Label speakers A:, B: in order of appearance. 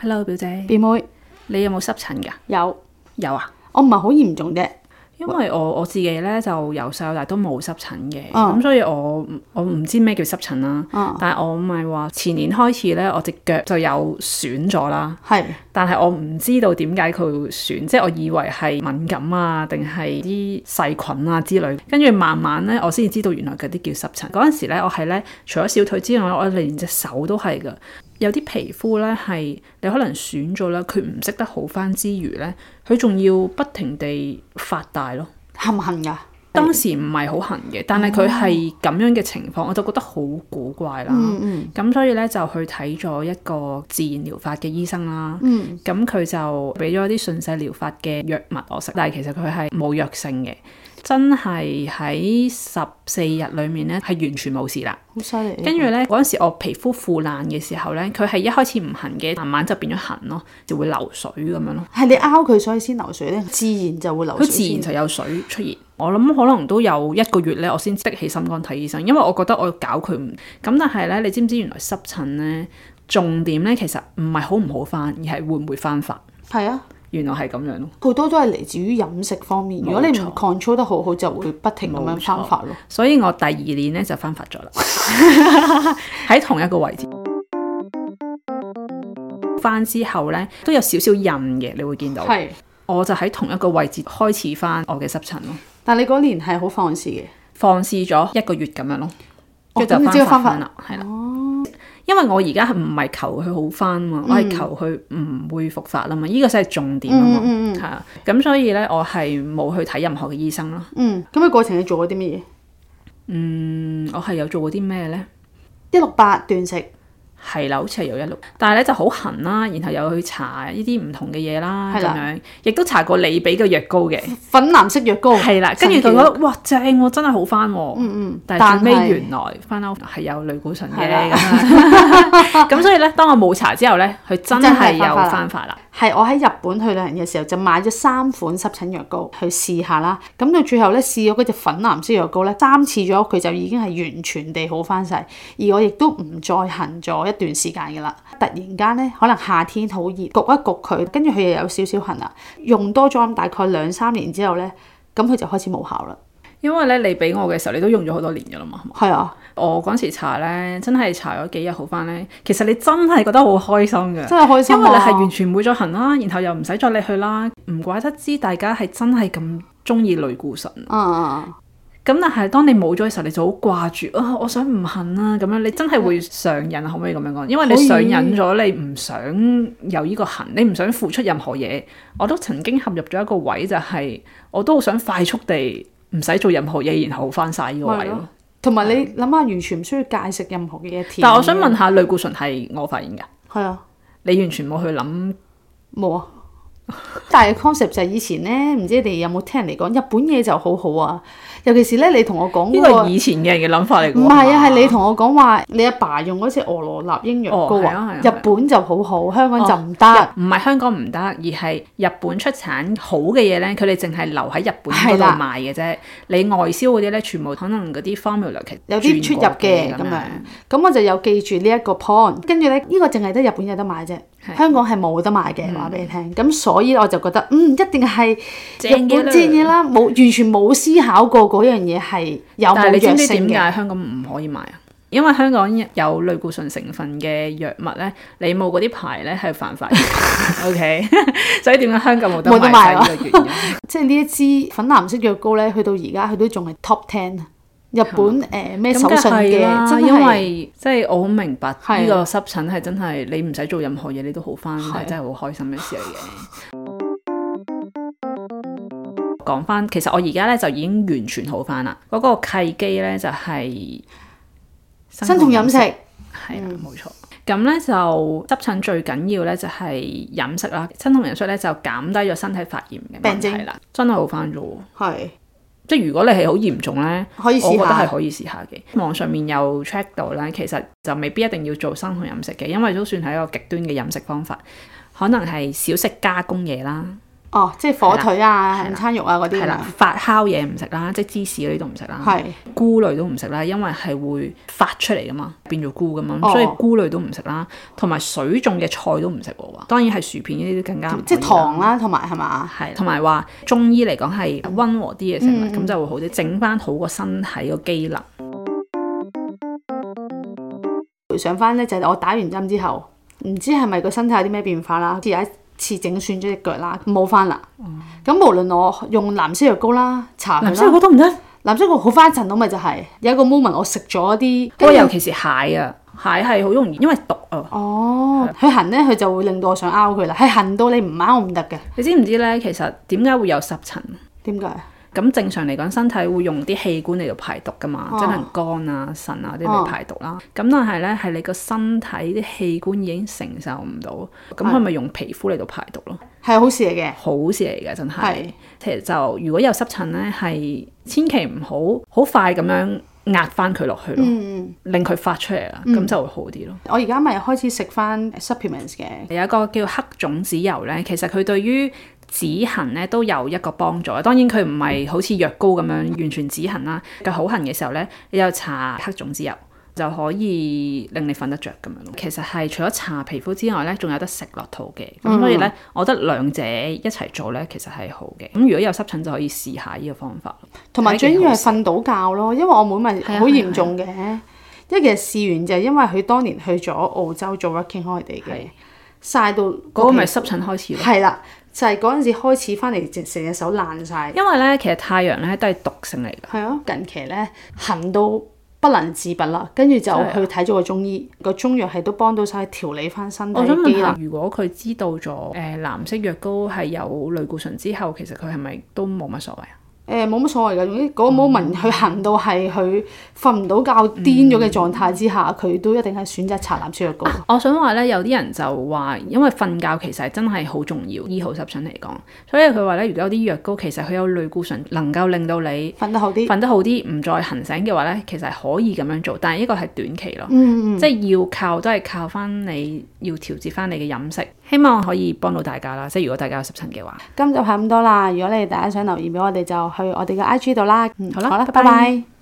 A: Hello 表姐，
B: 表妹
A: 你有冇濕疹㗎？
B: 有，
A: 有啊，
B: 我唔係好嚴重啫。
A: 因為我我自己咧就由細到大都冇濕疹嘅，咁、
B: 哦
A: 所以我唔我唔知咩叫濕疹啦。
B: 哦
A: 但係我咪話前年開始咧，我只腳就有損咗啦，
B: 係
A: 但係我唔知道點解佢會損，即係我以為係敏感啊，定係啲細菌啊之類。跟住慢慢咧，我先至知道原來嗰啲叫濕疹。嗰陣時咧，我係咧除咗小腿之外，我連隻手都係㗎。有啲皮膚咧係你可能損咗啦，佢唔識得好返之餘咧，佢仲要不停地發大咯。
B: 痕唔痕㗎？
A: 當時唔係好痕嘅，但係佢係咁樣嘅情況，我就覺得好古怪啦。
B: 嗯嗯
A: 咁所以咧就去睇咗一個自然療法嘅醫生啦。
B: 嗯
A: 咁佢就俾咗啲順勢療法嘅藥物我食，但係其實佢係冇藥性嘅，真係喺十四日裡面咧係完全冇事啦。
B: 好犀利。
A: 跟住咧嗰陣時我皮膚腐爛嘅時候咧，佢係一開始唔痕嘅，慢慢就變咗痕咯，就會流水咁樣咯。
B: 係你拗佢，所以先流水咧，自然就會流
A: 佢
B: 水
A: 自然
B: 先。
A: 就有水出現。我諗可能都有一個月咧，我先的起心肝睇醫生，因為我覺得我搞佢唔咁。但係咧，你知唔知原來濕疹咧重點咧其實唔係好唔好翻，而係會唔會翻發？
B: 係啊，
A: 原來係咁樣咯。
B: 好多都係嚟自於飲食方面。如果你唔
A: 冇
B: control 得好好，就會不停咁
A: 冇
B: 樣
A: 錯
B: 翻發咯。
A: 所以我第二年咧就翻發咗啦，喺同一個位置。翻之後咧都有少少印嘅，你會見到。
B: 係，
A: 我就喺同一個位置開始翻我嘅濕疹咯，
B: 但你嗰年係好放肆嘅。
A: 放肆咗一個月咁樣咯，
B: 哦
A: 跟住
B: 咁你
A: 就
B: 知道哦
A: 翻發
B: 翻發
A: 返啦，係啦。因為我而家係唔係求佢好翻嘛，
B: 嗯
A: 我係求佢唔會復發啦嘛，呢個先係重點啊
B: 嗯
A: 嘛，係啊、咁所以咧我係冇去睇任何嘅醫生咯。
B: 嗯，咁嘅過程你做咗啲乜嘢？
A: 嗯，我係有做過啲咩咧？
B: 一六八斷食，
A: 係啦，好似係有一六，但係咧就好痕啦，然後又去搽呢啲唔同嘅嘢啦，
B: 係
A: 咁
B: 啦
A: 樣亦都搽過你俾嘅藥膏嘅，
B: 粉藍色藥膏。
A: 係啦，跟住就覺得哇正喎，真係好翻喎，嗯嗯，但係最
B: 但
A: 尾
B: 係
A: 原來翻歐係有類固醇嘅
B: 係啦
A: 咁樣 咁所以咧，當我冇搽之後咧，佢真
B: 真係
A: 係
B: 翻
A: 有
B: 發啦
A: 翻發啦，
B: 係我喺日本去旅行嘅時候就買咗三款濕疹藥膏去試下啦。咁到最後咧試咗嗰只粉藍色藥膏咧，三次咗佢就已經係完全地好翻晒，而我亦都唔再痕咗一段時間㗎啦。突然間咧，可能夏天好熱，焗一焗佢，跟住佢又有少少痕啦。用多咗大概兩三年之後咧，咁佢就開始冇效啦。
A: 因為咧你俾我嘅時候，你都用咗好多年㗎啦嘛，係嘛
B: 係啊，
A: 我嗰時搽咧真係搽咗幾日好翻咧，其實你真係覺得好開心㗎。
B: 真係開心、啊、
A: 因為你係完全唔會再痕啦，然後又唔使再理佢啦，唔怪得知大家係真係咁中意類固醇。
B: 嗯嗯嗯
A: 咁但係當你冇咗嘅時候，你就好掛住啊，我想唔痕啊咁樣，你真係會上癮，可唔可以咁樣講？因為你
B: 可以
A: 上癮咗，你唔想有呢個痕，你唔想付出任何嘢。我都曾經陷入咗一個位，就係、我都好想快速地唔使做任何嘢，然後翻晒呢個位
B: 咪咯
A: 咯。
B: 同埋你諗下，完全唔需要戒食任何嘅嘢甜。
A: 但係我想問，下，類固醇係我發現㗎，
B: 係啊，
A: 你完全冇去諗
B: 冇啊。但係 concept 就係以前咧，唔知你哋有冇聽人嚟講，日本嘢就好好啊。尤其是咧，你同我講
A: 呢
B: 嗰
A: 個
B: 個
A: 係以前嘅人嘅諗法嚟㗎喎。
B: 唔係啊，係你同我講話，你阿爸用嗰隻俄羅納英藥膏
A: 哦係啊係
B: 啊
A: 啊，哦
B: 日本就好好，香港就唔得。
A: 唔係香港唔得，而係日本出產好嘅嘢咧，佢哋淨係留喺日本嗰
B: 係
A: 度
B: 啦
A: 賣嘅啫。你外銷嗰啲咧，全部可能嗰啲 formula 其實
B: 有啲出入嘅
A: 轉
B: 咁
A: 過
B: 樣，咁我就有記住呢一個 point。跟住咧，呢個淨係得日本有得買啫，香港係冇得買
A: 嗯
B: 嘅。話俾你聽，咁所以我就覺得，嗯，一定係日
A: 正
B: 本
A: 嘅啦
B: 正嘢啦，冇完全冇思考過嗰樣嘢係有
A: 但係
B: 冇
A: 你知
B: 藥
A: 唔知
B: 性
A: 點
B: 嘅。
A: 解香港唔可以買啊？因為香港有類固醇成分嘅藥物咧，你冇嗰啲牌咧係犯法 嘅。OK，所以點解香港冇得
B: 冇得
A: 賣
B: 賣啊
A: 就係呢個原因。
B: 即係呢一支粉藍色藥膏咧，去到而家佢都仲係 top ten 啊日本誒咩、手信
A: 係啦
B: 嘅，真
A: 因
B: 係
A: 為即係我好明白
B: 係
A: 呢個濕疹係真係你唔使做任何嘢，你都好翻，係真係好開心嘅事嚟嘅。講翻，其實我而家咧就已經完全好翻啦。嗰、個契機咧就係、
B: 生酮飲食
A: 係啦，冇錯。咁咧就濕疹最緊要咧就係飲食啦，生酮飲食咧就減低咗身體發炎嘅問
B: 病
A: 題
B: 徵
A: 啦，真係好翻咗喎。
B: 係
A: 即係如果你係好嚴重咧，
B: 可以
A: 我
B: 試
A: 覺得係
B: 下，
A: 可以試下嘅。網上面有 check 到啦，其實就未必一定要做生酮飲食嘅，因為都算係一個極端嘅飲食方法，可能係少食加工嘢啦，
B: 哦，即係火腿啊、
A: 係啦
B: 午餐肉啊嗰啲
A: 係
B: 咁
A: 啦
B: 樣，，
A: 發酵嘢唔食啦，即係芝士嗰啲都唔食啦，
B: 係
A: 菇類都唔食啦，因為係會發出嚟噶嘛，變做菇咁嘛，
B: 哦
A: 所以菇類都唔食啦，同埋水種嘅菜都唔食喎。當然係薯片呢啲更加唔
B: 即係
A: 可以
B: 糖啦，同埋係嘛？
A: 係，同埋話中醫嚟講係溫和啲嘅食物，咁、就會好啲，整翻好個身體個機能。
B: 回想翻咧，就係我打完針之後，唔知係咪個身體有啲咩變化啦？好似有一次整損咗只腳啦，冇翻啦。咁、無論我用藍色藥膏啦、搽佢
A: 哦藍色
B: 啦，
A: 嗰都唔得，
B: 藍色藥膏好翻一陣到咪就係、有一個 moment 我食咗啲，
A: 不過尤其是蟹啊，蟹係好容易，因為毒啊。
B: 哦，佢痕咧，佢就會令到我想拗佢啦，係痕到你唔拗唔得嘅，
A: 你知唔知咧？其實點解會有濕疹？
B: 點解？
A: 咁正常嚟講，身體會用啲器官嚟到排毒噶嘛，
B: 哦
A: 即係可能肝啊、腎啊啲嚟排毒啦。咁、但係咧，係你個身體啲器官已經承受唔到，咁佢咪用皮膚嚟到排毒咯？
B: 係好事嚟嘅，
A: 好事嚟嘅，真係
B: 係。
A: 其實就如果有濕疹咧，係千祈唔好好快咁樣壓翻佢落去咯，
B: 嗯，
A: 令佢發出嚟啦，咁就會好啲咯。
B: 我而家咪開始食翻 supplements 嘅，
A: 有一個叫黑種子油咧，其實佢對於止痕咧都有一個幫助。當然佢唔係好似藥膏咁樣完全止痕啦。佢好痕嘅時候咧，你就搽黑種子油就可以令你瞓得着咁樣咯。其實係除咗搽皮膚之外咧，仲有得食落肚嘅。咁
B: 嗯
A: 所以咧，我覺得兩者一齊做咧，其實係好嘅。咁如果有濕疹就可以試下呢個方法。
B: 同埋最緊要係瞓到覺咯，因為我妹咪
A: 係啊
B: 好嚴重嘅，因為其實試完就係因為佢當年去咗澳洲做 working holiday 嘅，曬到
A: 嗰個咪
B: 皮
A: 濕疹開始咯。
B: 係啦，就係嗰陣時開始翻嚟，成成隻手爛晒。
A: 因為咧，其實太陽咧都係毒性嚟㗎。
B: 係啊，近期咧痕到不能自拔啦，跟住就
A: 係啊
B: 去睇咗個中醫，個中藥係都幫到晒調理翻身體
A: 我想問
B: 機能
A: 下，。如果佢知道咗誒、呃、藍色藥膏係有類固醇之後，其實佢係咪都冇乜所謂啊？
B: 誒冇乜所謂嘅，總之嗰個 moment 佢行到係佢瞓唔到覺癲咗嘅狀態之下，
A: 嗯
B: 佢、都一定係選擇搽藍色藥膏。
A: 啊我想話咧，有啲人就話，因為瞓覺其實真係好重要，醫好濕疹嚟講，所以佢話咧，如果有啲藥膏其實佢有類固醇，能夠令到你
B: 瞓得好啲，
A: 瞓得好啲，唔再痕醒嘅話咧，其實係可以咁樣做，但係呢個係短期咯，
B: 嗯
A: 即係要靠都係靠翻你要調節翻你嘅飲食，希望可以幫到大家啦。即係如果大家有濕疹嘅話，
B: 今集係咁多啦。如果你哋大家想留言俾我哋，就去我哋嘅 IG 度啦。嗯
A: 好啦
B: 好啦，
A: 拜拜
B: 拜拜